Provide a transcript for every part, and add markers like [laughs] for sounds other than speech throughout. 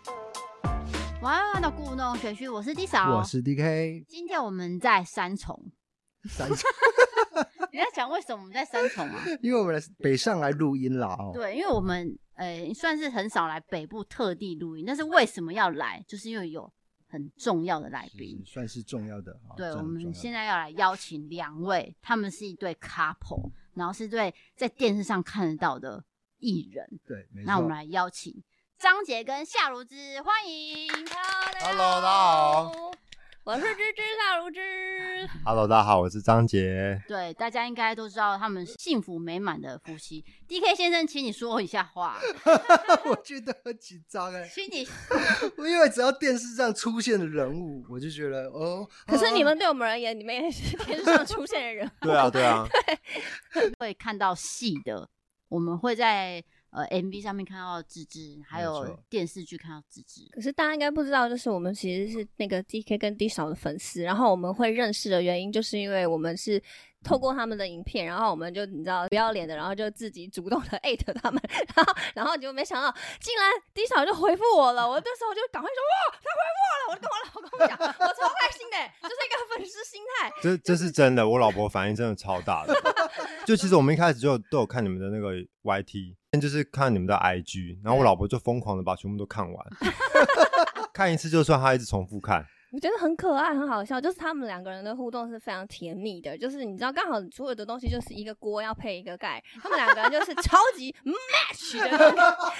晚安，晚安的故弄玄虚，我是 D 嫂，我是 DK，今天我们在三重，三重，你在讲为什么我们在三重 [laughs] 啊？因为我 [laughs] 们来北上来录音啦哦。对，因为我们呃算是很少来北部特地录音，但是为什么要来，就是因为有很重要的来是，宾是。算是重要的啊。对，这我很重要们的现在要来邀请两位，他们是一对 couple，然后是对在电视上看得到的艺人。对，没错。那我们来邀请张杰跟夏如芝，欢迎。 Hello，大家好，我是芝芝夏如芝。 Hello，大家好，我是张杰。。对，大家应该都知道他们是幸福美满的夫妻。D K 先生，请你说一下话， [laughs] 我觉得很紧张哎，请你我因为只要电视上出现的人物，我就觉得哦。可是你啊们对我们而言，你们也是天上出现的人对啊，[laughs] 对啊，会看到戏的，我们会在呃 M V 上面看到芝芝，还没有错电视剧看到芝芝。 [laughs] 可是大家应该不知道，就是我们其实是那个 DK 跟 D 嫂的粉丝，然后我们会认识的原因，就是因为我们是透过他们的影片，然后我们就你知道不要脸的，然后就自己主动的艾特他们，然后然后结果没想到，竟然 D 嫂就回复我了，我那时候就赶快说哇，他回复我了，我就跟我老公讲，我超开心的，就是一个粉丝心态，这这是真的，我老婆反应真的超 [laughs] 大的。就其实我们一开始就有都有看你们的那个 YT，就是看你们的 IG，然后我老婆就疯狂的把全部都看 [laughs] 完，看一次就算，她一直重复看。我觉得很可爱，很好笑，就是他们两个人的互动是非常甜蜜的，就是你知道，刚好所有的东西就是一个锅要配一个盖，他们两个人就是超级 match 的那个。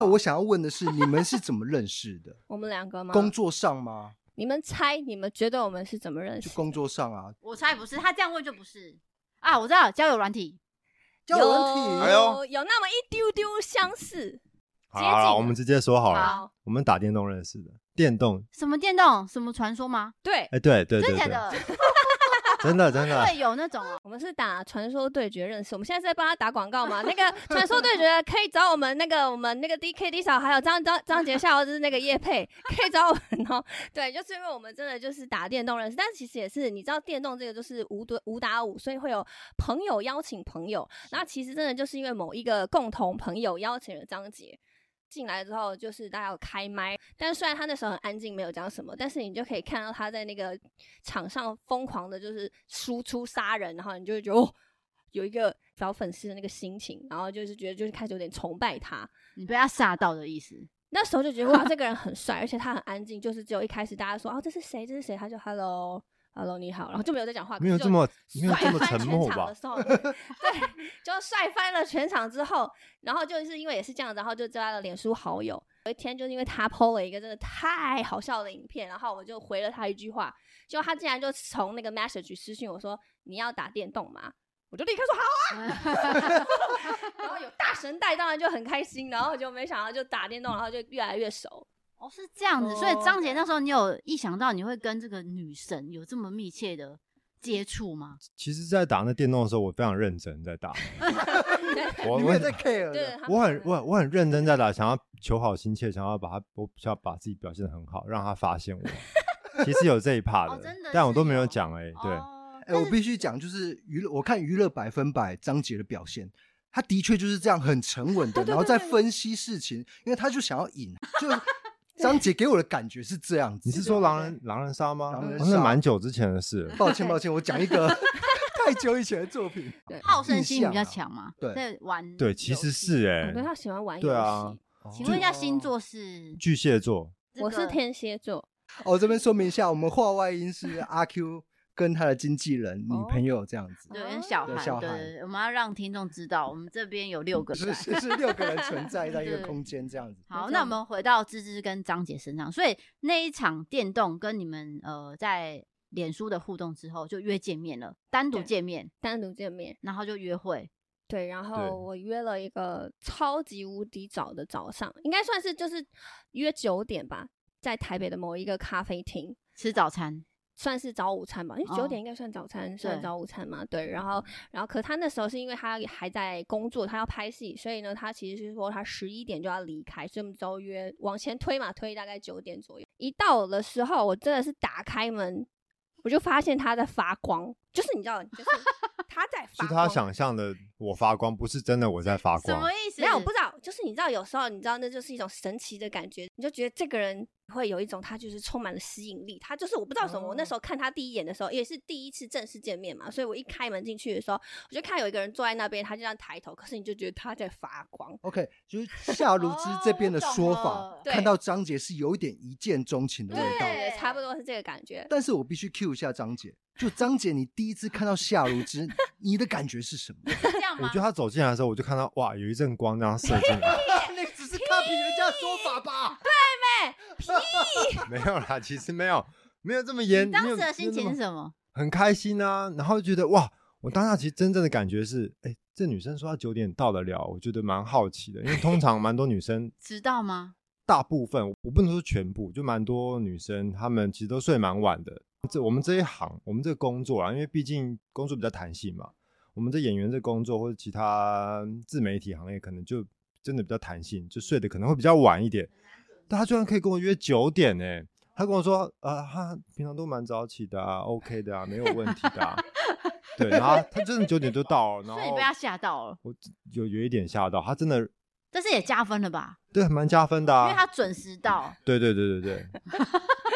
我想要问的是，你们是怎么认识 [laughs] 的？我们两个吗？工作上吗？你们猜，你们觉得我们是怎么认就识的？工作上啊，我猜不是，他这样问就不是啊，我知道交友软体。交友问哎题。呦有有那么一丢丢相似。好接近啦好啦，了我们直接说好了，好，我们打电动认识的，电动。什么电动？什么传说吗？对，哎，对对真对的假对，的？ [laughs] 真的真的。会有那种哦。我们是打传说对决认识。我们现在是在帮他打广告吗？那个传说对决可以找我们那个我们那个 D K D 嫂，还有张张张杰笑，就是那个叶佩，可以找我们哦。对，就是因为我们真的就是打电动认识，但其实也是你知道电动这个就是五对五打五，所以会有朋友邀请朋友。那其实真的就是因为某一个共同朋友邀请了张杰。进来之后，就是大家有开麦，但虽然他那时候很安静，没有讲什么，但是你就可以看到他在那个场上疯狂的，就是输出杀人，然后你就会觉得哦，有一个小粉丝的那个心情，然后就是觉得就是开始有点崇拜他。你被他吓到的意思。那时候就觉得哇，这个人很帅，而且他很安静，就是只有一开始大家说哦这是谁，这是谁，他就 hello hello 你好，然后就没有再讲话，没有可是这就么没有帅这么翻沉全默场吧的？时候 [laughs] 对，就帅翻了全场之后，然后就是因为也是这样，然后就加了脸书好友。有一天，就是因为他 PO 了一个真的太好笑的影片，然后我就回了他一句话，结果他竟然就从那个 message 私信我说：“你要打电动吗？”我就立刻说好，[laughs] 啊 [laughs] 然后有大神带，当然就很开心，然后就没想到就打电动，然后就越来越熟。哦，是这样子，所以哦张姐那时候你有意想到你会跟这个女神有这么密切的接触吗？其实，在打那电动的时候，我非常认真 [laughs] 在打。我你我没有在 care 对的，，我很我很我很认真在打，想要求好心切，想要把他我想要把自己表现的很好，让他发现我。 [laughs] 其实有这一趴哦真的但我是都没有有讲哎、对，哦哎、我必须讲，就是娱乐，我看娱乐百分百张杰的表现，他的确就是这样很沉稳的，对对然后对在对分析事情，因为他就想要赢， [laughs] 就张杰给我的感觉是这样子。你是说狼人狼人杀吗？狼人哦那杀蛮久之前的事了。抱歉抱歉，我讲 [laughs] 一个太久以前的作品。好胜心比较印象啊强嘛？对在玩对，其实是我哎、对他喜欢玩游对啊戏，，请问一哦下星座是？巨蟹座，这我是个天蝎座，哦，这边说明一下，我们话外音是阿 Q 跟他的经纪人、哦女朋友这样子，对，跟小对孩，小对孩对，对我们要让听众知道，我们这边有六个是人。是是六个人存在在一个对空间这样子。好，没那错我们回到芝芝跟张姐身上，所以那一场电动跟你们呃在脸书的互动之后，就约见面了，单独对见面，单独见面。然后就约会，对，然对后我约了一个超级无敌早的早上，应该算是就是约九点吧，在台北的某一个咖啡厅，吃早餐，算是早午餐吧，因为哦九点应该算早餐，算对早午餐嘛。对，然嗯后然后可他那时候是因为他还在工作，他要拍戏，所以呢，他其实是说他十一点就要离开，所以我们都约往前推嘛，推大概九点左右。一到的时候，我真的是打开门，我就发现他在发光，就是你知道，就是他在发是光，他想象的我发光，不是真的我在发什光么。意思？没有，我不知道，就是你知道，有时候你知道，那就是一种神奇的感觉，你就觉得这个人会有一种他就是充满了吸引力，他就是我不知道什么。我那时候看他第一眼的时候，也是第一次正式见面嘛，所以我一开门进去的时候，我就看有一个人坐在那边，他就这样抬头，可是你就觉得他在发光。 OK，就是夏如芝这边的哦说我懂法了，对看到张杰是有一点一见钟情的味道。对，差不多是这个感觉。但是我必须 cue 一下张姐，就张姐，你第一次看到夏如芝，你的感觉是什么？是 [laughs] 这样我吗觉？得他走进来的时候，我就看到哇，有一阵光这样射 [laughs] 进来， [laughs] 那只是 copy 人家的说法吧？没有啦，其实没有，没有这么严。你当没有时的没心有那情么是什么？很开心啊，然后就觉得哇，我当下其实真正的感觉是，哎、这女生说她九点到得了，我觉得蛮好奇的，因为通常蛮多女生，迟到吗？大部分我不能说全部，就蛮多女生她们其实都睡蛮晚的。这我们这一行，我们这个工作啊，因为毕竟工作比较弹性嘛，我们这演员这工作或者其他自媒体行业可能就真的比较弹性，就睡得可能会比较晚一点。但他居然可以跟我约九点呢、他跟我说啊，他平常都蛮早起的啊，OK 的啊，没有问题的、啊。对，然后他真的九点就到了，然所以你后被他吓到了，我有有一点吓到，他真的但是也加分了吧？对蛮加分的、因啊，为他准时到，对对对对对，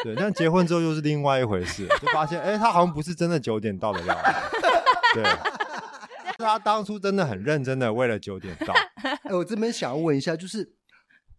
对。但结婚之后又是另外一回事，就发现哎、诶他好像不是真的九点到的料。对，是他当初真的很认真的为了九点到。哎、我这边想要问一下，就是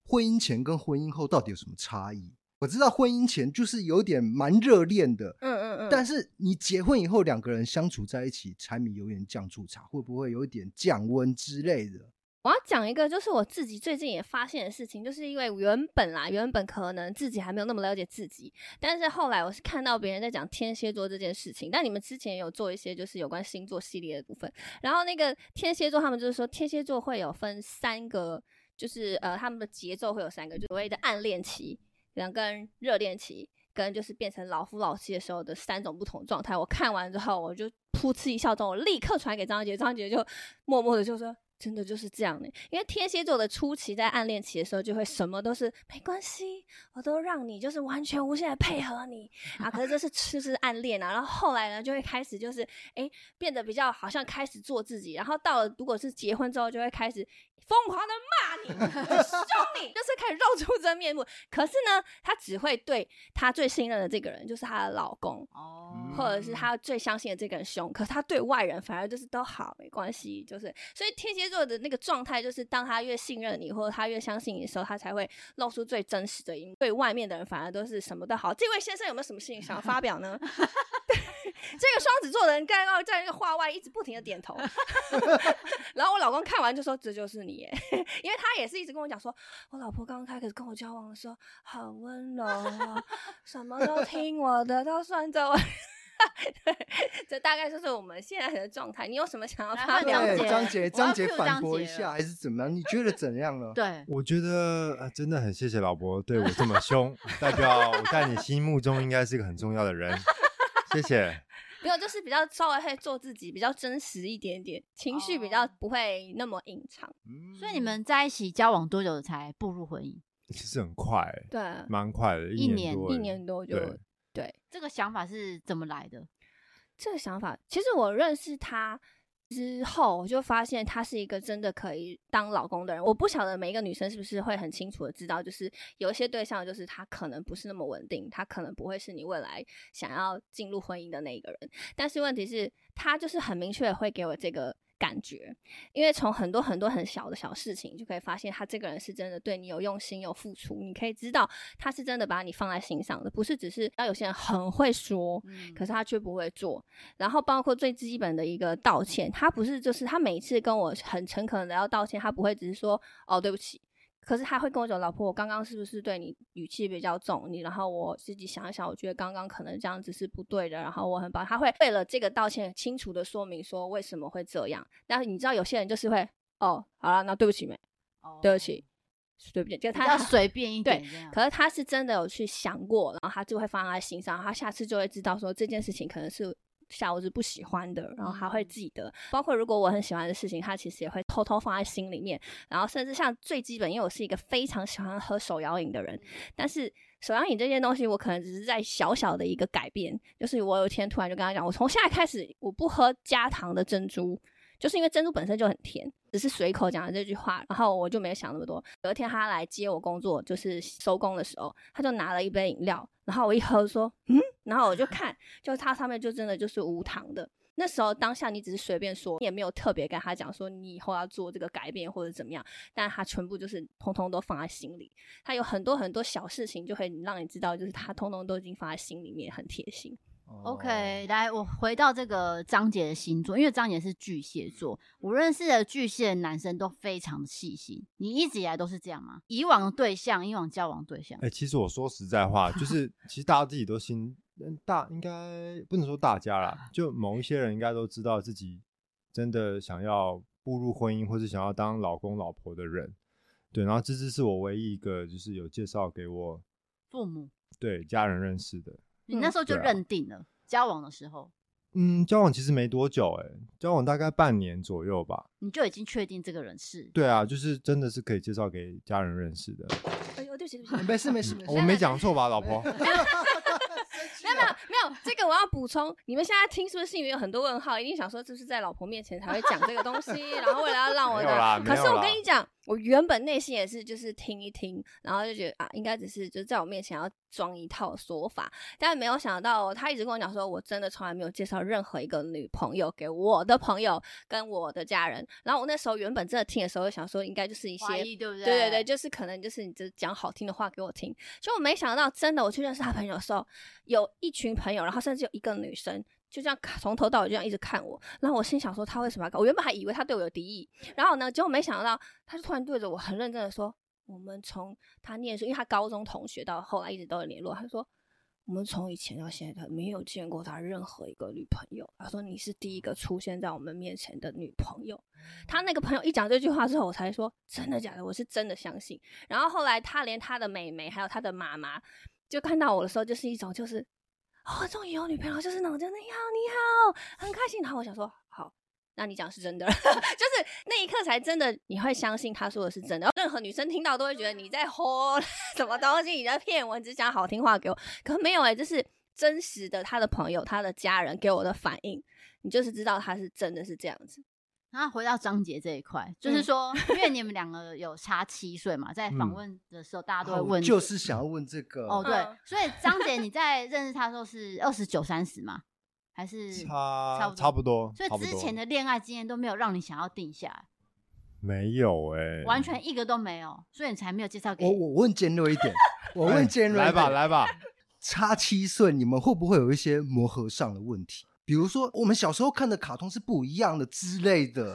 婚姻前跟婚姻后到底有什么差异？我知道婚姻前就是有点蛮热恋的，嗯嗯嗯。但是你结婚以后两个人相处在一起，柴米油盐酱醋茶，会不会有一点降温之类的？我要讲一个，就是我自己最近也发现的事情，就是因为原本啦，原本可能自己还没有那么了解自己，但是后来我是看到别人在讲天蝎座这件事情，但你们之前也有做一些就是有关星座系列的部分，然后那个天蝎座他们就是说天蝎座会有分三个，就是呃他们的节奏会有三个，就所谓的暗恋期，然后跟热恋期，跟就是变成老夫老妻的时候的三种不同状态。我看完之后，我就噗嗤一笑中，我立刻传给张杰，张杰就默默的就说。真的就是这样的，因为天蝎座的初期在暗恋期的时候，就会什么都是没关系，我都让你就是完全无限的配合你啊。可是这是就是暗恋啊，然后后来呢就会开始就是哎、诶变得比较好像开始做自己，然后到了如果是结婚之后，就会开始疯狂的骂你、 [laughs] 凶你，就是开始露出真面目。可是呢，他只会对他最信任的这个人，就是她的老公，哦或者是他最相信的这个人凶，可是他对外人反而就是都好，没关系，就是所以天蝎座的那个状态，就是当他越信任你，或者他越相信你的时候，他才会露出最真实的一面。对外面的人反而都是什么都好。这位先生有没有什么事情想要发表呢？对 [laughs] 这个双子座的人刚刚在那个话外一直不停的点头， [laughs] 然后我老公看完就说：“这就是你耶。” [laughs] 因为他也是一直跟我讲说，我老婆刚刚开始跟我交往的时候很温柔啊，什么都听我的，都算着我。 [laughs] 对，这大概就是我们现在的状态。你有什么想要来发换表张的？对姐张姐，我要张姐 cue 反张驳一姐下了还是怎么样？你觉得怎 [laughs] 样呢？对，我觉得、呃、真的很谢谢老婆对我这么凶，代表我在你心目中应该是个很重要的人。谢谢。没有，就是比较稍微会做自己，比较真实一点点，情绪比较哦不会那么隐藏。所以嗯你们在一起交往多久才步入婚姻？其实很快、欸对，蛮快的，一年年多而已，一年多就对对这个想法是怎么来的？这个想法，其实我认识他之后，我就发现他是一个真的可以当老公的人。我不晓得每一个女生是不是会很清楚的知道，就是有一些对象，就是他可能不是那么稳定，他可能不会是你未来想要进入婚姻的那一个人。但是问题是，他就是很明确的会给我这个。感觉，因为从很多很多很小的小事情就可以发现，他这个人是真的对你有用心、有付出。你可以知道他是真的把你放在心上的，不是只是呃要有些人很会说，嗯可是他却不会做。然后包括最基本的一个道歉，他不是就是他每次跟我很诚恳的要道歉，他不会只是说哦对不起。可是他会跟我讲，老婆，我刚刚是不是对你语气比较重？你，然后我自己想一想，我觉得刚刚可能这样子是不对的。然后我很抱，他会为了这个道歉，清楚的说明说为什么会这样。但是你知道，有些人就是会，哦，好了，那对不起没，哦对不，起，对不起，比就较他 [laughs] 随便一点对这样。可是他是真的有去想过，然后他就会放在心上，他下次就会知道说这件事情可能是夏侯是不喜欢的，然后他会记得。包括如果我很喜欢的事情，他其实也会偷偷放在心里面。然后甚至像最基本，因为我是一个非常喜欢喝手摇饮的人，但是手摇饮这件东西，我可能只是在小小的一个改变，就是我有一天突然就跟他讲，我从现在开始我不喝加糖的珍珠。就是因为珍珠本身就很甜，只是随口讲了这句话，然后我就没有想那么多。有一天他来接我工作，就是收工的时候，他就拿了一杯饮料，然后我一喝说嗯，然后我就看，就它上面就真的就是无糖的。那时候当下你只是随便说，你也没有特别跟他讲说你以后要做这个改变或者怎么样，但他全部就是通通都放在心里。他有很多很多小事情就会让你知道，就是他通通都已经放在心里面，很贴心。哦 OK，来，我回到这个张姐的星座，因为张姐是巨蟹嗯座，我认识的巨蟹男生都非常的细心。你一直以来都是这样吗？以往的对象，以往交往对象哎、，其实我说实在话， [laughs] 就是其实大家自己都心嗯大，应该不能说大家啦，就某一些人应该都知道自己真的想要步入婚姻，或是想要当老公老婆的人。对，然后芝芝是我唯一一个就是有介绍给我父母，对家人认识的。嗯你那时候就对啊认定了、交往的时候，嗯，交往其实没多久、欸，交往大概半年左右吧。你就已经确定这个人是对啊，就是真的是可以介绍给家人认识的。嗯哎呦，对不起，对不起，没事 [laughs] 没事没我事。没讲错吧，老婆？没有没有没有，这个我要补充。你们现在听是不是心里面有很多问号？一定想说，这是在老婆面前才会讲这个东西，然后为了要让我没有 [laughs] 啦的。可是没有我啦跟你讲，我原本内心也是就是听一听，然后就觉得啊，应该只是就是在我面前要装一套说法，但没有想到他一直跟我讲说，我真的从来没有介绍任何一个女朋友给我的朋友跟我的家人。然后我那时候原本真的听的时候，想说应该就是一些怀疑，对不对？对对对，就是可能就是你就讲好听的话给我听，就我没想到真的我去认识他朋友的时候，有一群朋友，然后甚至有一个女生。就这样看从头到尾就这样一直看我，然后我心想说他为什么要看我？我原本还以为他对我有敌意，然后呢，结果没想到他就突然对着我很认真的说：“我们从他念书，因为他高中同学到后来一直都有联络，他说我们从以前到现在没有见过他任何一个女朋友。他说你是第一个出现在我们面前的女朋友。他那个朋友一讲这句话之后，我才说真的假的，我是真的相信。然后后来他连他的妹妹还有他的妈妈，就看到我的时候，就是一种就是。哦，终于有女朋友，就是那种，就你好，你好，很开心。然后我想说，好，那你讲是真的， [laughs] 就是那一刻才真的你会相信他说的是真的。任何女生听到都会觉得你在吼 [laughs] 什么东西，你在骗我，你只讲好听话给我。可没有哎、这是真实的，他的朋友、他的家人给我的反应，你就是知道他是真的是这样子。然后回到张杰这一块，就是嗯说，因为你们两个有差七岁嘛，在访嗯问的时候，大家都会啊我问，就是想要问这个。哦，对嗯，所以张姐你在认识他的时候是二十九、三十吗？还是？差差不多差不多，所以差不之多前的恋爱经验都没有让你想要定下来，没有哎，完全一个都没有，所以你才没有介绍给哦我我问尖锐一点，我哎问尖锐一来点吧，来 [laughs] 吧，差七岁，你们会不会有一些磨合上的问题？比如说，我们小时候看的卡通是不一样的之类的。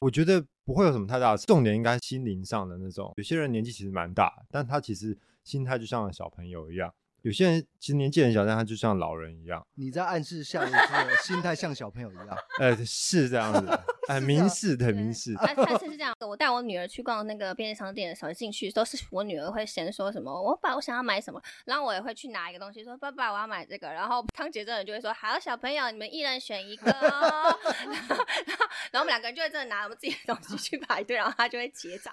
我觉得不会有什么太大的重点，应该心灵上的那种。有些人年纪其实蛮大，但他其实心态就像小朋友一样；有些人其实年纪很小，但他就像老人一样。你在暗示下，我的心态像小朋友一 [laughs] 样。呃，是这样子 [laughs] 哎的，很哦明示，很明示。但但呃是是这样，我带我女儿去逛那个便利商店的时候，进去都是我女儿会先说什么，我爸我想要买什么，然后我也会去拿一个东西说爸爸我要买这个，然后汤姐这人就会说好小朋友你们一人选一个、哦，然后然后然后我们两个人就会真的拿我们自己的东西去排队，然后她就会结账。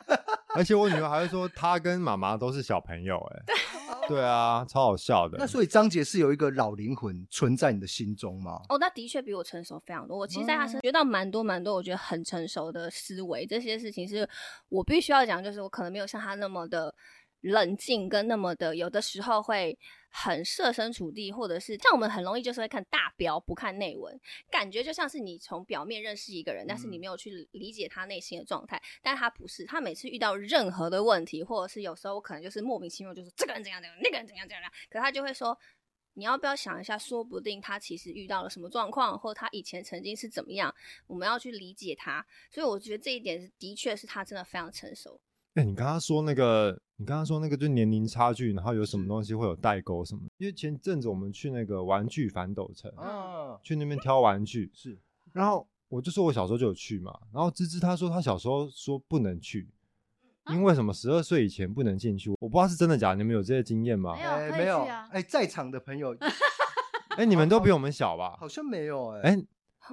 而且我女儿还会说，她跟妈妈都是小朋友，哎，对啊，超好笑的那。所以张杰是有一个老灵魂存在你的心中吗？哦，那的确比我成熟非常多。我其实在他身上学到蛮多蛮多，我觉得很成熟的思维。这些事情是我必须要讲，就是我可能没有像他那么的冷静，跟那么的有的时候会很设身处地，或者是像我们很容易就是会看大标不看内文，感觉就像是你从表面认识一个人，但是你没有去理解他内心的状态。但他不是，他每次遇到任何的问题，或者是有时候我可能就是莫名其妙就说这个人怎样怎样，那个人怎样怎样，可他就会说。你要不要想一下？说不定他其实遇到了什么状况，或他以前曾经是怎么样，我们要去理解他。所以我觉得这一点是的确是他真的非常成熟。哎、你刚刚说那个，你刚刚说那个就是年龄差距，然后有嗯什么东西会有代沟什么的？因为前阵子我们去那个玩具反斗城，嗯啊，去那边挑玩具，是然后我就说我小时候就有去嘛，然后芝芝她说她小时候说不能去，因为什么十二岁以前不能进去，我不知道是真的假的，你们有这些经验吗没？有哎可以没有去啊哎，在场的朋友哎、你们都比我们小吧好？像没有哎，哎、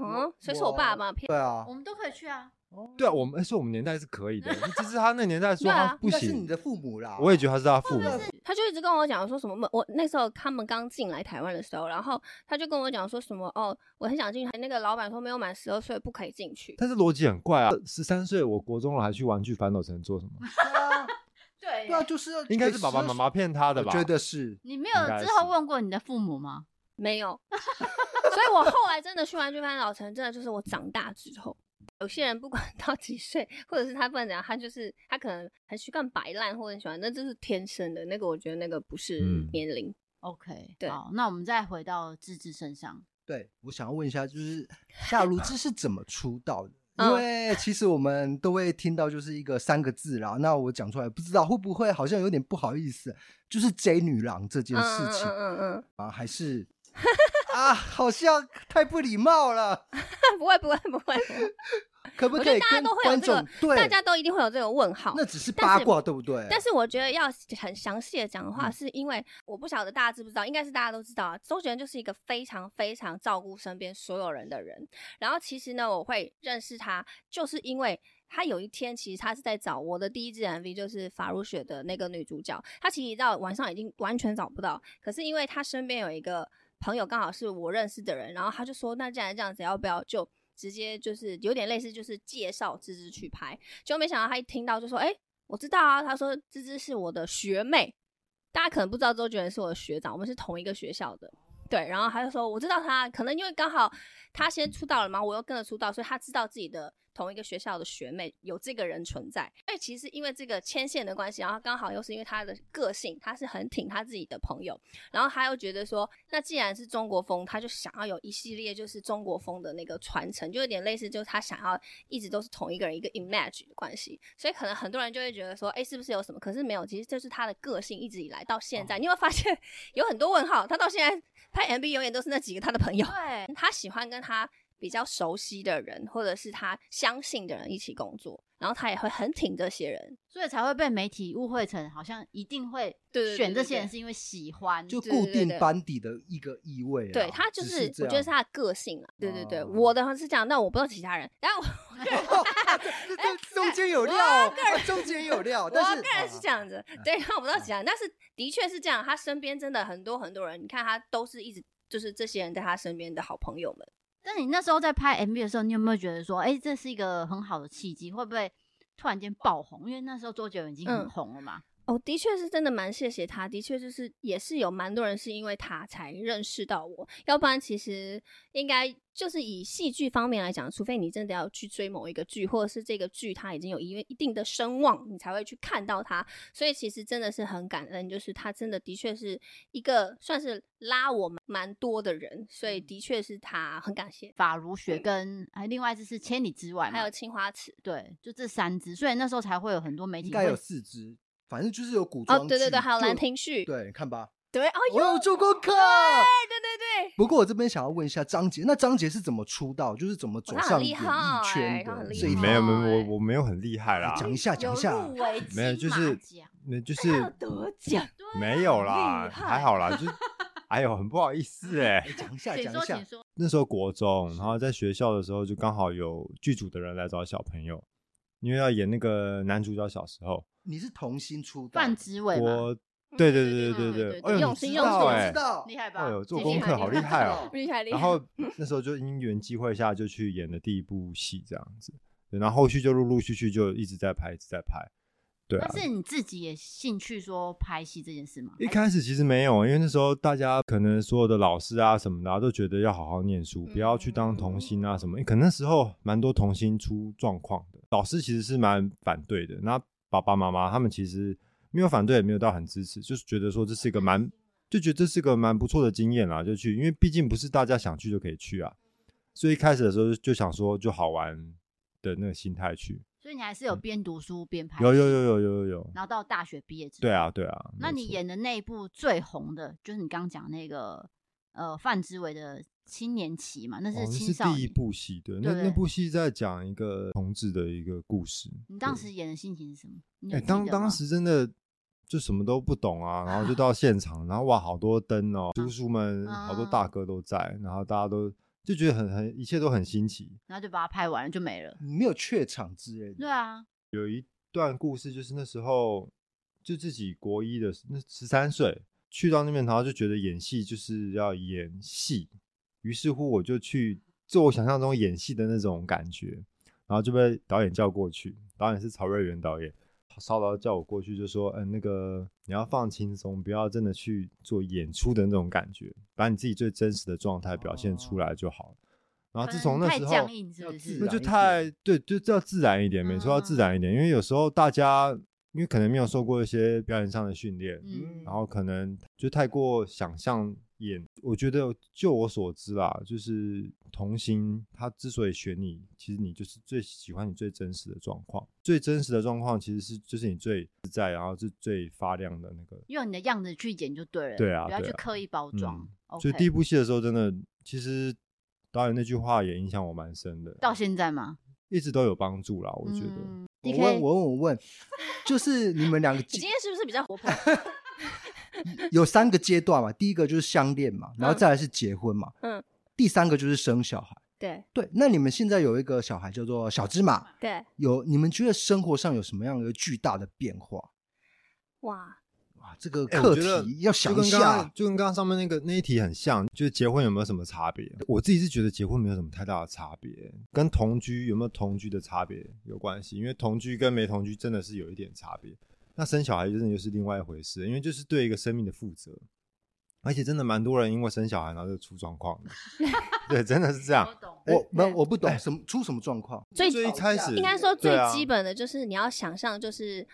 啊，随手爸嘛，骗对啊我，们都可以去啊。对啊，我们说我们年代是可以的，芝芝她那年代说对啊她不应该是你行，的父母啦，我也觉得她是她父母。他就一直跟我讲说什么，我那时候他们刚进来台湾的时候，然后他就跟我讲说什么哦，我很想进去，那个老板说没有满十二岁不可以进去。但是逻辑很怪啊！十三岁，我国中了还去玩具反斗城做什么？对 [laughs] 啊，对对啊，就是要 [laughs] 应该是爸爸妈妈骗他的我吧？觉得是你没应该有之后是问过你的父母吗？没有， [laughs] 所以我后来真的去玩具翻老城，真的就是我长大之后，有些人不管 [laughs] 到几岁，或者是他不能怎样，他就是他可能很喜欢摆烂或者很喜欢，那就是天生的那个，我觉得那个不是嗯年龄。 OK，对好，那我们再回到芝芝身上。对，我想要问一下， [laughs] 就是夏如芝是怎么出道的？因嗯为其实我们都会听到就是一个三个字啦，那我讲出来不知道会不会好像有点不好意思，就是 J 女郎这件嗯事情嗯嗯嗯 [laughs] 啊，还是啊，好像太不礼貌了，嗯，不会不会不会，不会可不我可觉以得大家跟都会有观这个众对，大家都一定会有这个问号。那只是但八是卦，对不对？但是我觉得要很详细的讲的话，是因为我不晓得大家知不知道，应该是大家都知道啊。周杰伦就是一个非常非常照顾身边所有人的人。然后其实呢，我会认识他，就是因为他有一天其实他是在找我的第一支 MV，就是法如雪的那个女主角。他其实到晚上已经完全找不到，可是因为他身边有一个朋友刚好是我认识的人，然后他就说，那既然这样子，要不要就直接就是有点类似就是介绍芝芝去拍？结果没想到他一听到就说，哎、我知道啊，他说芝芝是我的学妹，大家可能不知道周杰伦是我的学长，我们是同一个学校的。对，然后他就说我知道他，可能因为刚好他先出道了嘛，我又跟着出道，所以他知道自己的同一个学校的学妹有这个人存在。因为其实因为这个牵线的关系，然后刚好又是因为他的个性，他是很挺他自己的朋友，然后他又觉得说，那既然是中国风，他就想要有一系列就是中国风的那个传承，就有点类似，就是他想要一直都是同一个人一个 image 的关系，所以可能很多人就会觉得说，哎，是不是有什么？可是没有，其实这是他的个性，一直以来到现哦在，你有没有发现有很多问号？他到现在拍 MV 永远都是那几个他的朋友，对， [laughs] 他喜欢跟他比较熟悉的人，或者是他相信的人一起工作，然后他也会很挺这些人，所以才会被媒体误会成好像一定会对对对选这对些人对是因为喜欢，就对固对定对班底的一个意味啦，啊对他就只是，这我觉得样是他的 [laughs] 个性啊。对对对，哦我的话是这样，但我不知道其他人。然后我个人，这这中间有料哦，中间有料，我但是啊嗯个人是这样子，对，然后我不知道其他人，但是的确是这样。他身边真的很多很多人，你看他都是一直就是这些人在他身边的好朋友们。但你那时候在拍 MV 的时候，你有没有觉得说，哎、这是一个很好的契机？会不会突然间爆红？因为那时候周杰伦已经很嗯红了嘛。哦，的确是真的蛮谢谢他，的确就是也是有蛮多人是因为他才认识到我，要不然其实应该就是以戏剧方面来讲，除非你真的要去追某一个剧，或者是这个剧它已经有一一定的声望，你才会去看到它。所以其实真的是很感恩，就是他真的的确是一个算是拉我蛮蛮多的人，所以的确是他很感谢。法如雪跟还有另外一只是千里之外嘛，还有青花瓷，对，就这三只，所以那时候才会有很多媒体应该有会四只，反正就是有古装哦，对对剧对，还有就兰亭序，对，看吧，对，哦我有，有做过课。对对对。不过我这边想要问一下张杰，那张杰是怎么出道，就是怎么走哇他上很演厉艺害圈他的很厉这一害没有没有，哎我我没有很厉害啦，哎讲一下讲一下入， [laughs] 围没有金就马是奖那就是得奖，没有啦，厉害还好啦，就是哎呦，很不好意思哎、哎讲一下请讲一说，下请，说，那时候国中，然后在学校的时候就刚好有剧组的人来找小朋友，因为要演那个男主角小时嗯候，你是童星出道，范植伟嘛，我对对对对对对嗯对对对，对哎呦，用你心知用道心哎知，道厉害吧？哎呦，做这功厉害课好厉害哦。厉害厉害。然后那时候就因缘际会下就去演了第一部戏这样子，对然后后续就陆陆续续就一直在拍，一直在拍。对啊但，是你自己也兴趣说拍戏这件事吗？一开始其实没有，因为那时候大家可能所有的老师啊什么的啊、都觉得要好好念书，不要去当童星啊什嗯么。可能那时候蛮多童星出状况的，老师其实是蛮反对的。那爸爸妈妈他们其实没有反对，也没有到很支持，就是觉得说这是一个蛮，就觉得这是个蛮不错的经验啦，就去，因为毕竟不是大家想去就可以去啊。所以一开始的时候就想说就好玩的那个心态去，所以你还是有边读书边拍，有有，有有有有有，然后到大学毕业之后，对啊对啊。那没你错演的那一部最红的，就是你刚刚讲那个呃范之伟的《青年期》嘛，那哦是那青少第一年。部戏，对，对那不那对部戏在讲一个同志的一个故事。你当对时演的心情是什么？你哎、有记当得当吗时真的就什么都不懂啊，然后 [laughs] 就到现场，然后哇，好多灯哦，叔叔们、好多大啊哥都在，然后大家都就觉得很很一切都很新奇。然后就把它拍完了就没了。你没有怯场之类的。对啊，段故事就是那时候就自己国一的那十三岁去到那边，然后就觉得演戏就是要演戏，于是乎我就去做我想象中演戏的那种感觉，然后就被导演叫过去，导演是曹瑞元导演，稍早叫我过去就说，嗯、那个你要放轻松，不要真的去做演出的那种感觉，把你自己最真实的状态表现出来就好了。然后啊自可从能那啊太时候，僵硬是要不自是那？就然一点太对，就就要自然一点，没错，要自然一嗯点，因为有时候大家因为可能没有受过一些表演上的训练，嗯然后可能就太过想象演。我觉得就我所知啦，就是童星他之所以选你，其实你就是最喜欢你最真实的状况，最真实的状况其实是就是你最自在，然后是最发亮的那个。用你的样子去演就对了，对啊不要对去啊刻意包嗯装。OK，所以第一部戏的时候，真的其实导演那句话也影响我蛮深的，到现在嘛，一直都有帮助啦，我觉得。嗯我 DK 问，我问，我问，就是你们两个你阶今天是不是比较活泼？ [laughs] 有三个阶段嘛，第一个就是相恋嘛，然后嗯再来是结婚嘛，嗯，第三个就是生小孩。 [laughs] 对对，那你们现在有一个小孩叫做小芝麻，对，有你们觉得生活上有什么样的巨大的变化？哇，哇，这个哎课我觉得题要想就一跟刚刚下。就跟刚刚上面那个那一题很像，就是结婚有没有什么差别？我自己是觉得结婚没有什么太大的差别，跟同居有没有同居的差别有关系，因为同居跟没同居真的是有一点差别。那生小孩真的又是另外一回事，因为就是对一个生命的负责，而且真的蛮多人因为生小孩然后就出 [laughs] 状况的，对，真的是这样我。懂。哎我没有，我不哎懂什么出什么状况。哦最最一开始应该说最对啊基本的就是你要想象，就是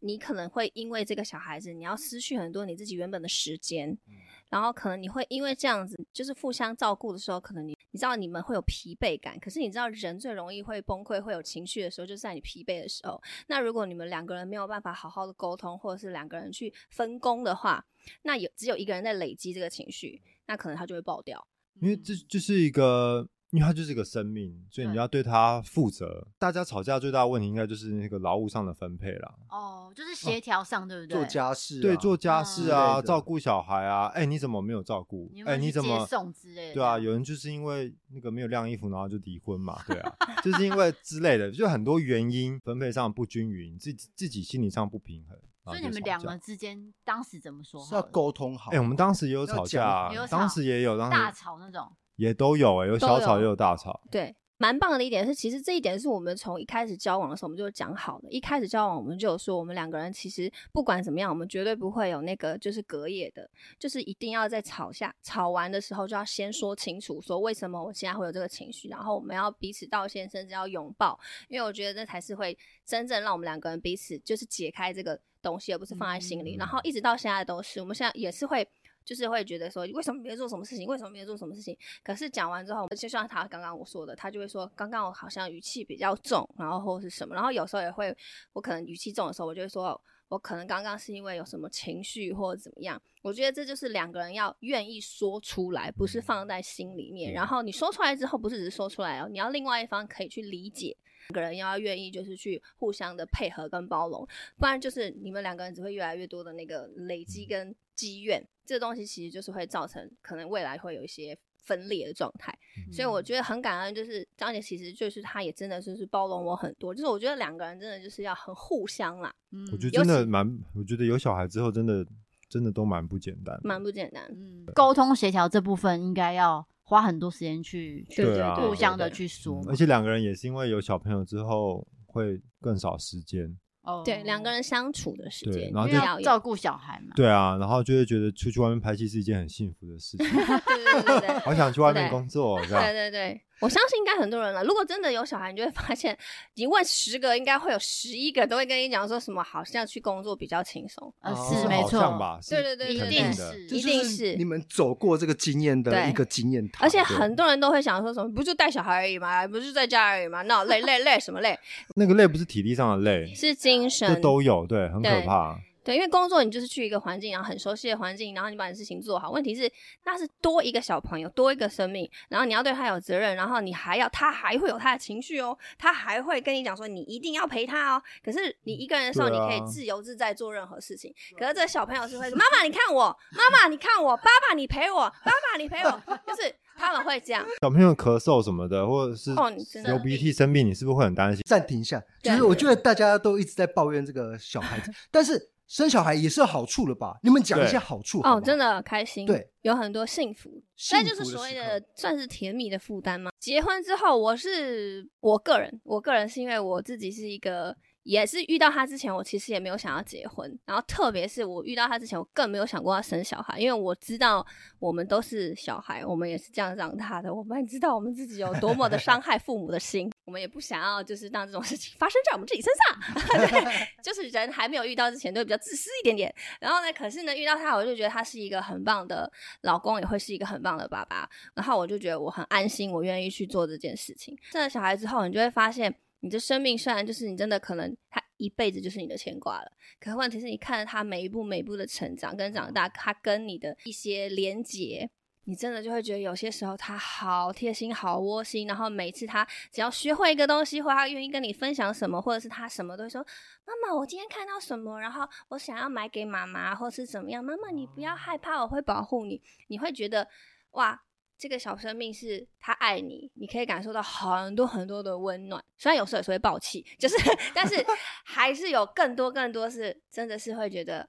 你可能会因为这个小孩子，你要失去很多你自己原本的时间，嗯然后可能你会因为这样子，就是互相照顾的时候，可能你你知道你们会有疲惫感，可是你知道人最容易会崩溃、会有情绪的时候，就是在你疲惫的时候。那如果你们两个人没有办法好好的沟通，或者是两个人去分工的话，那有只有一个人在累积这个情绪，那可能他就会爆掉。因为这就是一个，因为它就是一个生命，所以嗯你对要对它负责。大家吵架最大的问题应该就是那个劳务上的分配啦，哦，就是协调上对不对？做家事、啊，对，做家之事类啊，的照顾小孩啊，哎，你怎么没有照顾嗯你？有没有哎，你去怎接么送之类的对啊，这样有人就是因为那个没有晾衣服，然后就离婚嘛，[laughs] 对啊，就是因为之类的，就很多原因分配上不均匀，自己自己心理上不平衡，然所后以就你们吵两架个。之间当时怎么说好是的？要沟通好。哎、我们当时也有要吵架讲啊也有，当吵时也有，当大时吵那种。也都有、哎，有都小吵也有有大吵，对，蛮棒的一点是，其实这一点是我们从一开始交往的时候我们就讲好的。一开始交往，我们就有说，我们两个人其实不管怎么样，我们绝对不会有那个就是隔夜的，就是一定要在吵下吵完的时候就要先说清楚，说为什么我现在会有这个情绪，然后我们要彼此道歉，甚至要拥抱，因为我觉得那才是会真正让我们两个人彼此就是解开这个东西，而不是放在心里。嗯然后一直到现在都是，我们现在也是会。就是会觉得说，为什么没做什么事情？为什么没做什么事情？可是讲完之后，就像他刚刚我说的，他就会说，刚刚我好像语气比较重，然后或是什么，然后有时候也会，我可能语气重的时候，我就会说，我可能刚刚是因为有什么情绪或者怎么样。我觉得这就是两个人要愿意说出来，不是放在心里面。对然后你说出来之后，不是只是说出来哦，你要另外一方可以去理解，两个人要愿意就是去互相的配合跟包容，不然就是你们两个人只会越来越多的那个累嗯积跟积怨，这东西其实就是会造成可能未来会有一些分裂的状态。嗯所以我觉得很感恩，就是张姐，其实就是她也真的就是包容我很多，就是我觉得两个人真的就是要很互相啦，嗯我觉得尤真的其蛮，我觉得有小孩之后真的真的都蛮不简单的，蛮不简单。嗯，沟通协调这部分应该要花很多时间去去对啊互相的对对去说嗯嘛，而且两个人也是因为有小朋友之后会更少时间，哦对，两个人相处的时啊对间，然后因就为要要有照顾小孩嘛，对啊，然后就会觉 [laughs] 得出去外面拍戏是一件很幸福的事情， [laughs] 对对对对对 [laughs] 好想去外面对工作，这对样。对对，我相信应该很多人了。如果真的有小孩，你就会发现，你问十个，应该会有十一个都会跟你讲说什么，好像去工作比较轻松。呃，哦不是是没好像错，吧？啊是对对对一对肯定定是的，这一就定是你们走过这个经验的对一个经验谈，而且对很多人都会想说什么，不就带小孩而已嘛，不就在家而已嘛，那累累累什么 [laughs] 累，那个累不是体力上的累，是精这神都有，对，很可对怕。对，因为工作你就是去一个环境，然后很熟悉的环境，然后你把你事情做好。问题是，那是多一个小朋友，多一个生命，然后你要对他有责任，然后你还要他还会有他的情绪哦，他还会跟你讲说你一定要陪他哦。可是你一个人的时候，对你啊可以自由自在做任何事情。可是这个小朋友是会说：“妈妈，你看我；妈妈，你看我；爸爸，你陪我；爸爸，你陪我。”就是他们会这 [laughs] 样。小朋友咳嗽什么的，或者是哦你真的流鼻涕生病，你是不是会很担心？暂停一下，就对是我觉得大家都一直在抱怨这个小孩子，但是生小孩也是有好处了吧？你们讲一对些好处哦，真的，的开心，对，有很多幸福，那就是所谓的算是甜蜜的负担吗？结婚之后，我是我个人，我个人是因为我自己是一个，也是遇到他之前，我其实也没有想要结婚，然后特别是我遇到他之前，我更没有想过要生小孩，因为我知道我们都是小孩，我们也是这样长大的，我们知道我们自己有多么的伤害父母的心，我们也不想要就是让这种事情发生在我们自己身上， [laughs] 对，就是人还没有遇到之前都比较自私一点点，然后呢，可是呢遇到他，我就觉得他是一个很棒的老公也会是一个很棒的爸爸，然后我就觉得我很安心，我愿意去做这件事情。生了小孩之后，你就会发现，你的生命虽然就是你真的可能他一辈子就是你的牵挂了，可是问题是你看着他每一步每一步的成长跟长大，他跟你的一些连结。你真的就会觉得有些时候他好贴心、好窝心，然后每次他只要学会一个东西，或他愿意跟你分享什么，或者是他什么都会说妈妈，我今天看到什么，然后我想要买给妈妈，或是怎么样。妈妈，你不要害怕，我会保护你。你会觉得，哇，这个小生命是他爱你，你可以感受到很多很多的温暖。虽然有时候也是会爆气，就是， [laughs] 但是还是有更多更多是真的是会觉得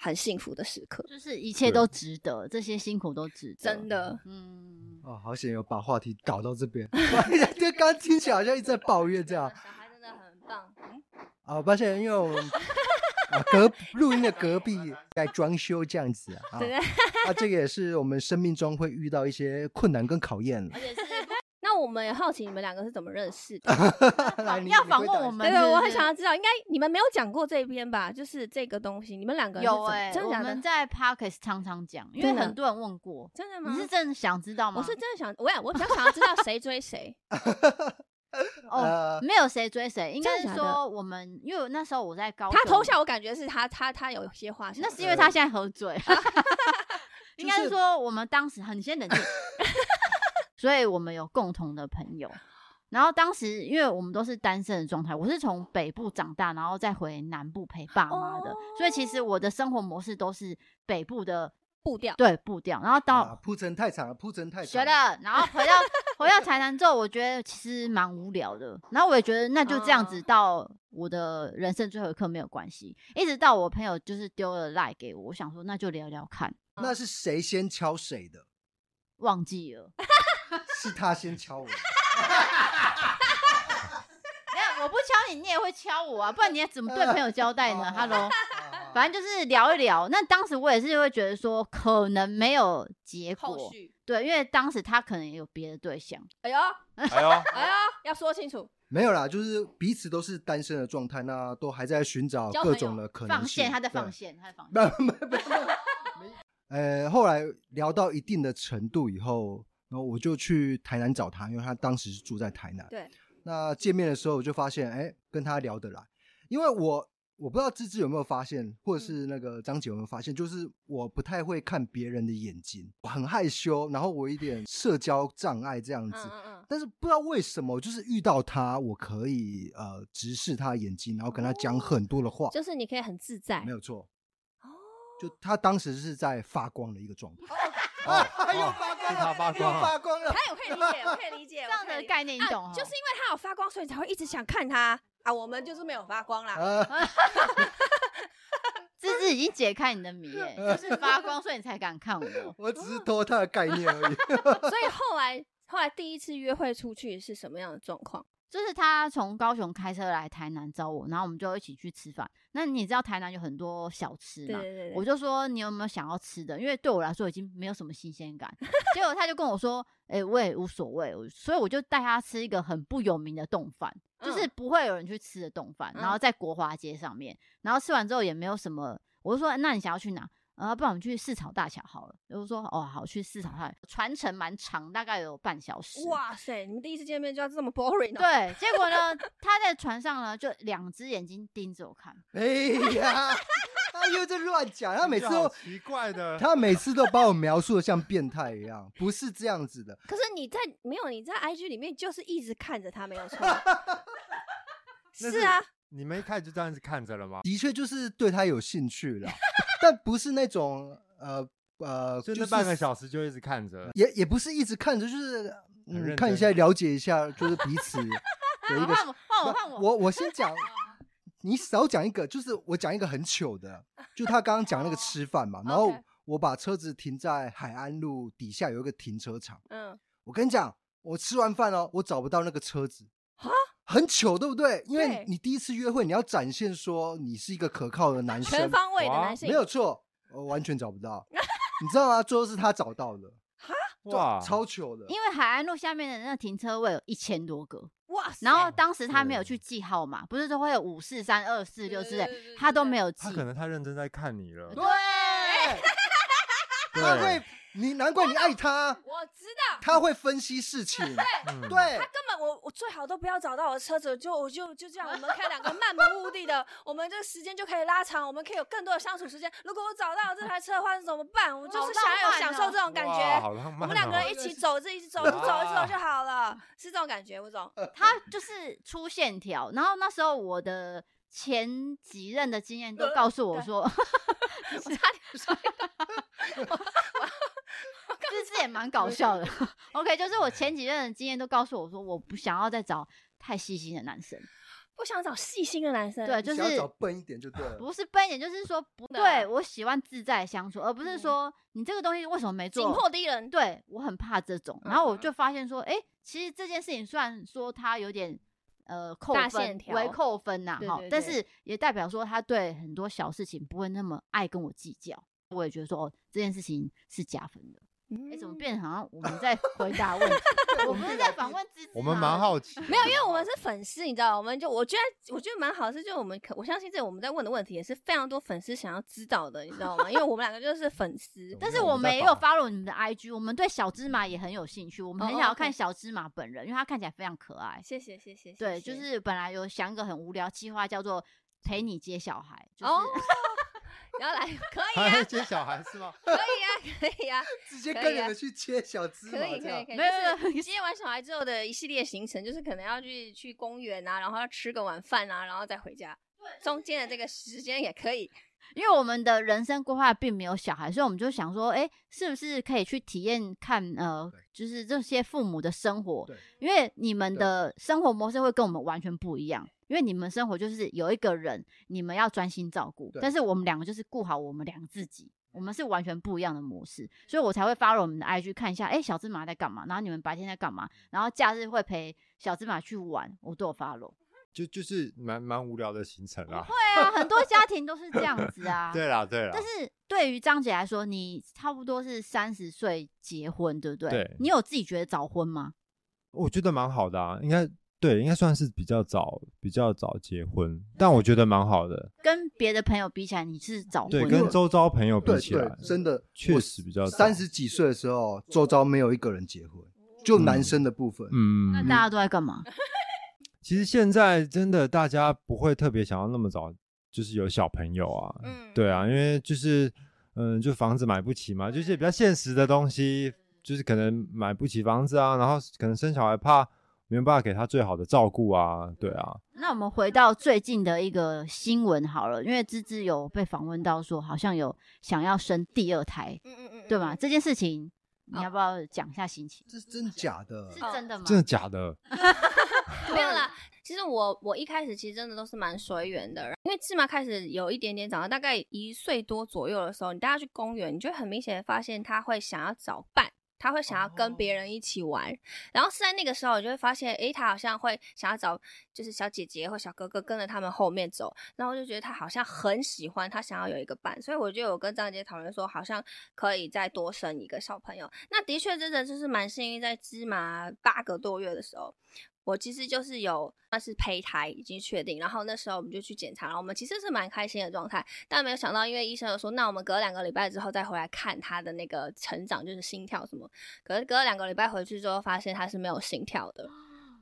很幸福的时刻，就是一切对都值得，这些辛苦都值得，真，的。嗯，哦，好险有把话题搞到这边， [laughs] 就刚刚听起来好像一直在抱怨这样小孩真的很棒，嗯啊，我发现因为我们啊隔录音的隔壁在装修这样子啊，对不对？啊，这个也是我们生命中会遇到一些困难跟考验了。 [laughs] 而且是那我们也好奇你们两个是怎么认识的？来，你 [laughs] 要你访回问我答一下们对对，我是很想要知道，应该你们没有讲过这边吧？就是这个东西，你们两个人是有怎哎、真的我假们的？在 Parkes 常常讲，因为真的很多人问过，真的吗？你是真的想知道吗？我是真的想，我也我比较想要知道谁追谁。哦，呃，没有谁追谁，应该真是的假的说我们，因为那时候我在高，他偷笑，，我感觉是他他他有些话想说，那是因为他现在喝醉， [laughs] 应该呃啊就是是说我们当时很先冷 [laughs] 静，所以我们有共同的朋友。然后当时，因为我们都是单身的状态，我是从北部长大，然后再回南部陪爸妈的，所以其哦实我的生活模式都是北部的步调。对步调，然后到啊铺陈太长了，铺陈太学长了。了，然后回到回到台南之后，我觉得其实蛮无聊的。然后我也觉得那就这样子嗯哦到我的人生最后一刻没有关系，一直到我朋友就是丢了赖给我，我想说那就聊聊看，那是谁先敲谁的？忘记了，是他先敲我的。没有我不敲你，你也会敲我啊，不然你怎么对朋友交代呢 [laughs] 哦？Hello，啊 [laughs] 反正就是聊一聊。那当时我也是会觉得说可能没有结 [laughs] 后果，续，对，因为当时他可能也有别的对象， [laughs] 哎呦哎呦，哎呦，要说清楚，没有啦，就是彼此都是单身的状态，那都还在寻找交各朋种友的可能放线，性他在对放线，他在放线。不不不不，呃，后来聊到一定的程度以后，然后我就去台南找他，因为他当时是住在台南。对，那见面的时候，我就发现，哎，跟他聊得来，因为我我不知道芝芝有没有发现，或者是那个张姐有没有发现，就是我不太会看别人的眼睛，我很害羞，然后我有一点社交障碍这样嗯子。嗯嗯，但是不知道为什么，就是遇到他，我可以呃直视他的眼睛，然后跟他讲很多的话，就是你可以很自在没。有错。哦就他当时是在发光的一个状态，哦他又哦发光是他了，啊发光又了发光了可。以，我可以理解，我可以理解。这我样可以的理概念你啊懂哦？就是因为他有发光，所以你才会一直想看他啊。我们就是没有发光啦。 [laughs] 呃，芝芝已经解开你的谜、欸，就是发光，所以你才敢看我。我只是偷他的概念而已。 [laughs] 所以后来后来第一次约会出去是什么样的状况？就是他从高雄开车来台南找我，然后我们就一起去吃饭。那你知道台南有很多小吃对嘛？对对，我就就说你有没有想要吃的？因为对我来说已经没有什么新鲜感。结果他就跟我说：“哎、我也无所谓。”我所以我就带他吃一个很不有名的冻饭，就是不会有人去吃的冻饭，然后嗯在国华街上面。然后吃完之后也没有什么，我就说：“那你想要去哪？”啊，不然我们去市场大桥好了。我就说：“哦，好，去市场大桥。”传承蛮长，大概有半小时。哇塞，你们第一次见面就要这么 boring 哦？对，结果呢，他在船上呢，就两只眼睛盯着我看。哎呀，他又在乱讲，他每次好都奇怪的，他每次都把我描述的像变态一样，不是这样子的。可是你在没有你在 IG 里面就是一直看着他，没有 [laughs] 错。那是啊，你们一开始就这样子看着了吗？的确就是对他有兴趣啦， [laughs] 但不是那种呃呃，就那是半个小时就一直看着，也也不是一直看着，就是很嗯认看一真下了解一下，就是彼此有一好个。换我，换我，不换我。我我先讲，你少讲一个，就是我讲一个很糗的，就他刚刚讲那个吃饭嘛，然后 OK 我把车子停在海岸路底下有一个停车场，嗯，我跟你讲，我吃完饭哦，我找不到那个车子啊。很糗，对不对？因为对你第一次约会，你要展现说你是一个可靠的男全生，方位的哇男性没有错，我完全找不到。你知道吗？最后是他找到的，哇，超糗的。因为海岸路下面的那个停车位有一千多个，哇塞，然后当时他没有对去记号码，不是都会有五四三二四对六之对对类，对对他对都对没有记他。可能太认真在看你了，对，他对会，，你难怪你爱他，我知道，他会分析事 [laughs] 情。嗯，对，根本我我最好都不要找到我的车子，就我就就这样，我们开两个漫无目的 [laughs] 的，我们这个时间就可以拉长，我们可以有更多的相处时间。如果我找到这台车的话，是怎么办？我就是好浪想要有漫享哦受这种感哇好觉。浪漫哦，我们两个人一起走，这一起走，一起走，一起走哇就好了，是这种感觉，吴总。他就是出线条，然后那时候我的前几任的经验都告诉我说， [laughs] 我差点说一个，这这也蛮搞笑的。OK，就是 [laughs] 我前几任的经验都告诉我说，我不想要再找太细心的男生，不想找细心的男生。对，就想要是找笨一点就对了。不是笨一点，就是说不真的啊对我喜欢自在相处，而不是嗯说你这个东西为什么没紧做，迫第一人。对我很怕这种，然后我嗯就发现说，哎、其实这件事情虽然说他有点呃扣大线分、条为扣分呐、对哈对，但对是也代表说他对很多小事情不会那么爱跟我计较。我也觉得说，哦，这件事情是加分的。哎、你怎么？变得好像我们在回答问题？ [laughs] 我们是在访问芝芝我们吗蛮好奇的，没有，因为我们是粉丝，你知道，我们就我觉得我觉得蛮好的是，就我们可我相信这我们在问的问题也是非常多粉丝想要知道的，你知道吗？因为我们两个就是粉丝，但没是有我我们在们也有访 follow 你们的 IG，我们对小芝麻也很有兴趣，我们哦很想要，OK 看小芝麻本人，因为她看起来非常可爱。谢谢谢谢，谢对，就谢嗯是本来有想一个很无聊计划，叫做陪你接小孩，就是、哦，然后来可以 [laughs] [laughs] 还啊，要接小孩是吗？可以啊，可以啊，直接可跟以啊人去切小芝麻可以这可以样可。以，没有就是接完小孩之后的一系列行程，就是可能要去去公园啊，然后要吃个晚饭啊，然后再回家，中间的这个时间也可以，因为我们的人生规划并没有小孩，所以我们就想说，哎，是不是可以去体验看呃，就是这些父母的生活对，因为你们对的生活模式会跟我们完全不一样。因为你们生活就是有一个人，你们要专心照顾，对但是我们两个就是顾好我们两个自己，我们是完全不一样的模式，所以我才会 follow 我们的 IG 看一下，哎，小芝麻在干嘛？然后你们白天在干嘛？然后假日会陪小芝麻去玩，我都有 follow。就就是蛮蛮无聊的行程啦。。对啊，很多家庭都是这样子啊 [laughs] 对啦对啦但，是对于张姐来说，你差不多是三十岁结婚，对不对？对你有自己觉得早婚吗？我觉得蛮好的啊，应该对，应该算是比较早比较早结婚，但我觉得蛮好的，跟别的朋友比起来，你是早婚对，的，跟周遭朋友比对起来对，，真的确实比较早三十几岁的时候，周遭没有一个人结婚，嗯就男生的部分。嗯，那大家都在干嘛？其实现在真的大家不会特别想要那么早，就是有小朋友啊，嗯，对啊，因为就是嗯，就房子买不起嘛，就是比较现实的东西，就是可能买不起房子啊，然后可能生小孩怕没有办法给他最好的照顾啊，对啊，那我们回到最近的一个新闻好了，因为芝芝有被访问到说，好像有想要生第二胎，嗯嗯嗯，对吗？这件事情你哦要不要讲一下心情？这是真假的是？哦真的吗？真的假的？ [laughs] 没有啦。其实我我一开始其实真的都是蛮随缘的，因为芝麻开始有一点点长大，大概一岁多左右的时候，你带他去公园，你就会很明显的发现他会想要找伴。他会想要跟别人一起玩。然后是在那个时候，我就会发现，诶，他好像会想要找就是小姐姐或小哥哥跟着他们后面走。然后我就觉得他好像很喜欢，他想要有一个伴，所以我就有跟张姐讨论说，好像可以再多生一个小朋友。那的确真的就是蛮幸运，在芝麻八个多月的时候。我其实就是有，那是胚胎已经确定，然后那时候我们就去检查，然后我们其实是蛮开心的状态，但没有想到，因为医生有说，那我们隔两个礼拜之后再回来看他的那个成长，就是心跳什么。可是隔了两个礼拜回去之后，发现他是没有心跳的，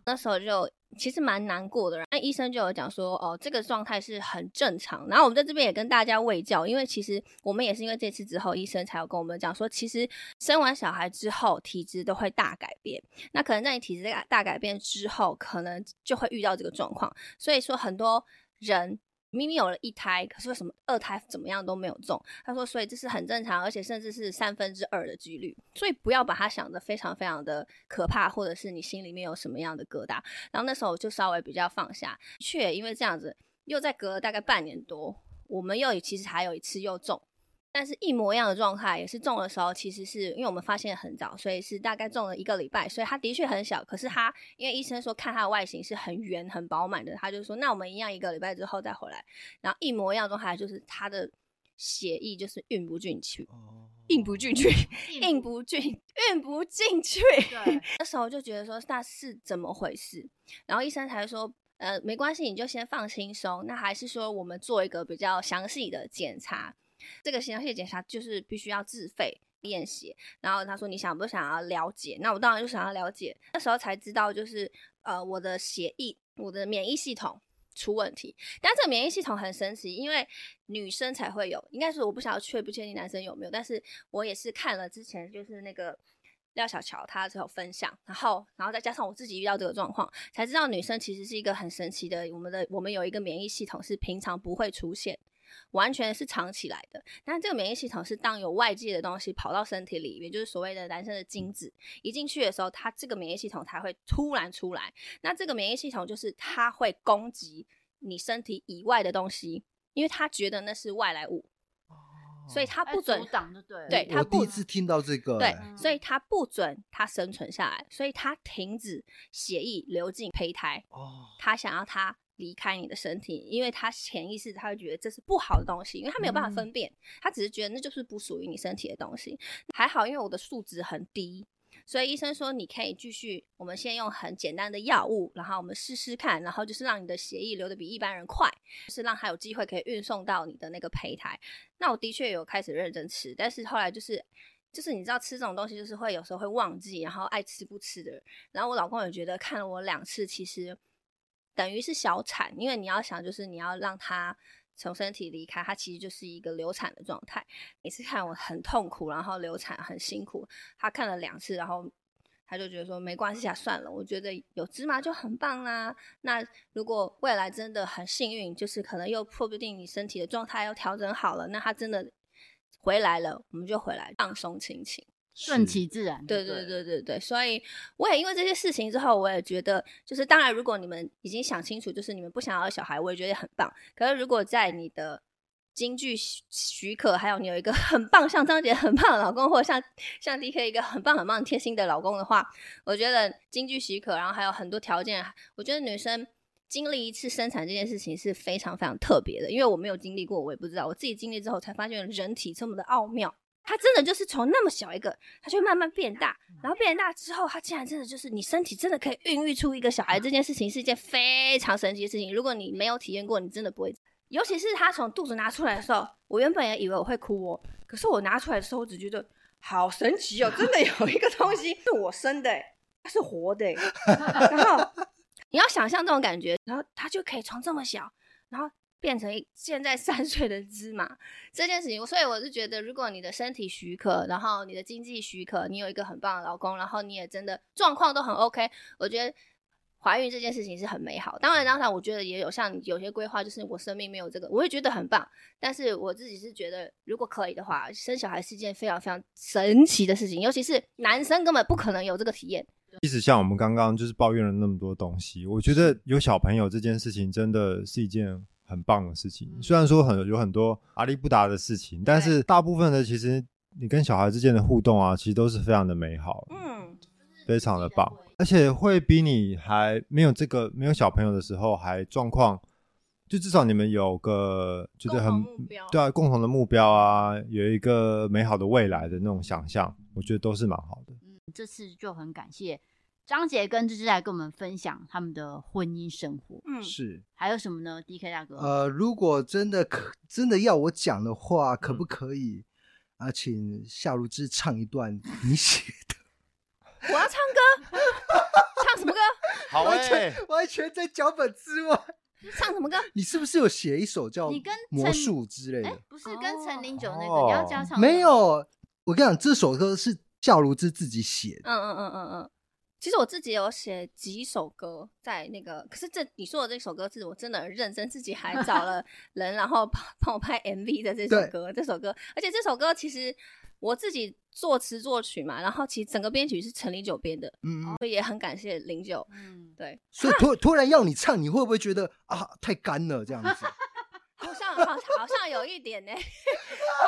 那时候就其实蛮难过的。那医生就有讲说，哦，这个状态是很正常。然后我们在这边也跟大家卫教，因为其实我们也是因为这次之后，医生才有跟我们讲说，其实生完小孩之后体质都会大改变。那可能在你体质大大改变之后，可能就会遇到这个状况。所以说，很多人明明有了一胎，可是为什么二胎怎么样都没有中？他说，所以这是很正常，而且甚至是三分之二的几率。所以不要把它想的非常非常的可怕，或者是你心里面有什么样的疙瘩。然后那时候我就稍微比较放下，却因为这样子，又再隔了大概半年多，我们又其实还有一次又中。但是，一模一样的状态，也是中的时候，其实是因为我们发现很早，所以是大概中了一个礼拜，所以它的确很小。可是它，因为医生说看它的外形是很圆、很饱满的，他就说那我们一样一个礼拜之后再回来，然后一模一样的状态，就是它的血液就是运不进去，哦，运不进去，运硬不进，运不进去。对， [laughs] 那时候就觉得说那是怎么回事，然后医生才说，呃，没关系，你就先放轻松。那还是说我们做一个比较详细的检查，这个详细的检查就是必须要自费验血。然后他说你想不想要了解？那我当然就想要了解。那时候才知道就是呃我的血液，我的免疫系统。出问题，但这个免疫系统很神奇，因为女生才会有，应该是我不晓得确不确定男生有没有，但是我也是看了之前就是那个廖小乔她是有分享，然后然后再加上我自己遇到这个状况，才知道女生其实是一个很神奇的，我们的我们有一个免疫系统是平常不会出现，完全是藏起来的。但这个免疫系统是当有外界的东西跑到身体里面，就是所谓的男生的精子一进去的时候，它这个免疫系统才会突然出来。那这个免疫系统就是它会攻击你身体以外的东西，因为它觉得那是外来物，所以它哎不准阻挡就对了，嗯对他我第不一次听到这个、对哎，所以它不准它生存下来，所以它停止血液流进胚胎，哦，它想要它离开你的身体，因为它潜意识它会觉得这是不好的东西，因为它没有办法分辨，它只是觉得那就是不属于你身体的东西。还好，因为我的数值很低。所以医生说，你可以继续，我们先用很简单的药物，然后我们试试看，然后就是让你的血液流的比一般人快，就是让它有机会可以运送到你的那个胚胎。那我的确有开始认真吃，但是后来就是就是你知道吃这种东西就是会有时候会忘记，然后爱吃不吃的。然后我老公也觉得看了我两次，其实等于是小产，因为你要想就是你要让它从身体离开，它其实就是一个流产的状态。每次看我很痛苦，然后流产很辛苦，他看了两次，然后。他就觉得说没关系啊，算了，我觉得有芝麻就很棒啦、那如果未来真的很幸运，就是可能又说不定你身体的状态又调整好了，那他真的回来了，我们就回来放松心情。顺其自然就对了。对对对对，所以我也因为这些事情之后，我也觉得，就是当然，如果你们已经想清楚，就是你们不想要小孩，我也觉得很棒。可是如果在你的经济许许可，还有你有一个 [laughs] 很棒，像张姐很棒的老公，或者像像 D K 一个很棒很棒贴心的老公的话，我觉得经济许可，然后还有很多条件，我觉得女生。经历一次生产这件事情是非常非常特别的，因为我没有经历过，我也不知道。我自己经历之后才发现人体这么的奥妙，它真的就是从那么小一个它就会慢慢变大，然后变大之后，它竟然真的就是你身体真的可以孕育出一个小孩，这件事情是一件非常神奇的事情。如果你没有体验过，你真的不会。尤其是它从肚子拿出来的时候，我原本也以为我会哭哦，可是我拿出来的时候，我只觉得好神奇哦，真的有一个东西是我生的诶，欸它是活的诶。然后你要想象这种感觉，然后它就可以从这么小，然后变成一现在三岁的芝麻，这件事情，所以我是觉得，如果你的身体许可，然后你的经济许可，你有一个很棒的老公，然后你也真的状况都很 OK，我觉得怀孕这件事情是很美好。当然，当然，我觉得也有像有些规划，就是我生命没有这个，我会觉得很棒。但是我自己是觉得，如果可以的话，生小孩是一件非常非常神奇的事情，尤其是男生根本不可能有这个体验。即使像我们刚刚就是抱怨了那么多东西，我觉得有小朋友这件事情真的是一件很棒的事情。嗯虽然说很有很多阿力不达的事情，但是大部分的其实你跟小孩之间的互动啊，其实都是非常的美好，嗯，非常的棒，而且会比你还没有这个没有小朋友的时候还状况，就至少你们有个就是很共同目标对啊共同的目标啊，有一个美好的未来的那种想象，我觉得都是蛮好的。这次就很感谢张姐跟芝芝来跟我们分享他们的婚姻生活，嗯，是。还有什么呢？DK 大哥，哎呃，如果真的可真的要我讲的话，可嗯不可以啊？请夏如芝唱一段你 [laughs] 写我要唱歌， [laughs] 唱什么歌？好欸完全、完全在脚本之外。唱什么歌？你是不是有写一首叫你跟魔陈术之类哎、的？不是跟陈零九那个，哦你要加上没有，我跟你讲，这首歌是夏如芝自己写的。嗯嗯嗯嗯嗯。其实我自己有写几首歌在那个，可是这你说的这首歌是我真的很认真，自己还找 [laughs] 了人，然后帮帮我拍 MV 的这首对歌，这首歌，而且这首歌其实我自己作词作曲嘛，然后其实整个编曲是陈零九编的，嗯，嗯所以也很感谢零九。嗯，对，所以突突然要你唱，你会不会觉得啊太干了这样子？好像好好像有一点呢、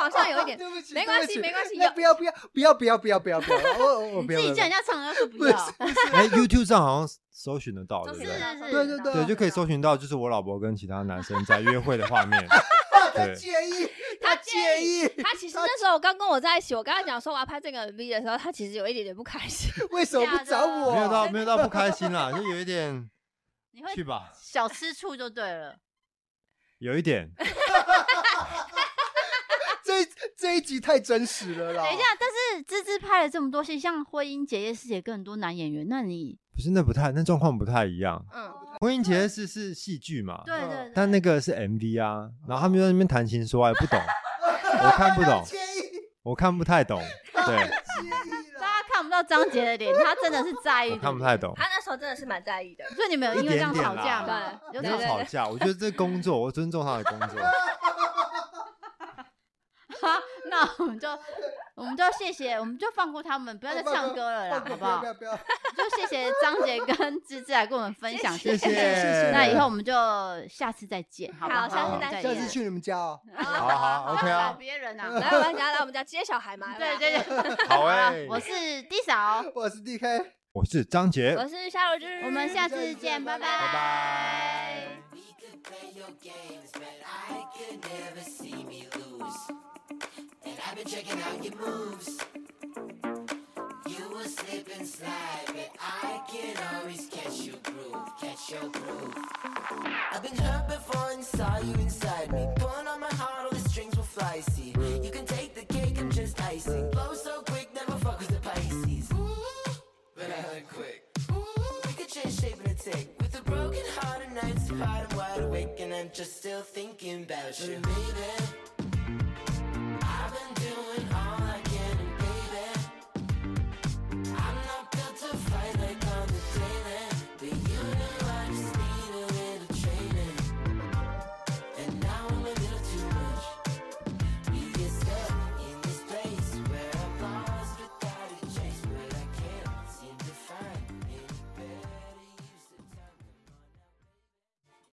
好像有一点。对不起，没关对系不起没关系那有不要不要不要不要不要不要不要，我我我你 [laughs] 不要。自己不叫要人家唱歌说不不是要，哎、y o u t u b e 上好像搜寻得到，对都不是是对？是是，对对对啊对，就啊可以搜寻到，就是我老婆跟其他男生在约会的画 [laughs] 面。他对介意，他介介意，他其实那时候刚跟我在一起，我跟他讲说我要拍这个 MV 的时候，他其实有一点点不开 [laughs] 心。为什么不找我？没有到没有到不开心啦，就有一点 [laughs] 你会去吧，小吃醋就对哦了。有一点。这一这一集太真实了啦。等一下，，但是芝芝拍了这么多戏，像婚姻结业是也更多男演员，那你不是那不太那状况不太一样。嗯，婚姻节是是戏剧嘛，对嗯对对，但那个是 MV 啊，然后他们就在那边谈情说爱， [laughs] 不懂，我看不懂，介意，我看不太 [laughs] 懂，对，介意了。大家看不到张杰的脸，他真的是在意我的，看不太懂。他那时候真的是蛮在意的。所以你们有因为这样吵架吗？一点点啦有没吵有架。吵架，我觉得这工作，我尊重他的工 [laughs] 作。好，那我们就我们就谢谢，我们就放过他们，不要再唱歌了啦，好不要不不要好不？要不要！就谢谢张杰跟芝芝来跟我们分享这谢些谢，事情。那以后我们就下次再见，好不好下次再再见。下次去你们家哦。好好，OK 找啊，别人 [laughs] 来啊。我们家来我们家接小孩 [laughs] 嘛。对对对， [laughs] 好啊哎，我是 D 嫂，我是 DK。我是张杰，我是夏柔芝，我们下次见，拜拜拜。 We could play your games, but I could never see me lose. And I've been checking out your moves. You will slip and slide, but I can always catch your groove, catch your groove. I've been hurt before and saw you inside me. Pulling on my heart, all the strings were fly. See, you can take the cake, I'm just icing. Blow so quick, never fuck with the Pisces. Ooh, but I learned quick. Ooh, we could change shape and a tick. With a broken heart and nights apart, I'm wide awake and I'm just still thinking about you. But maybe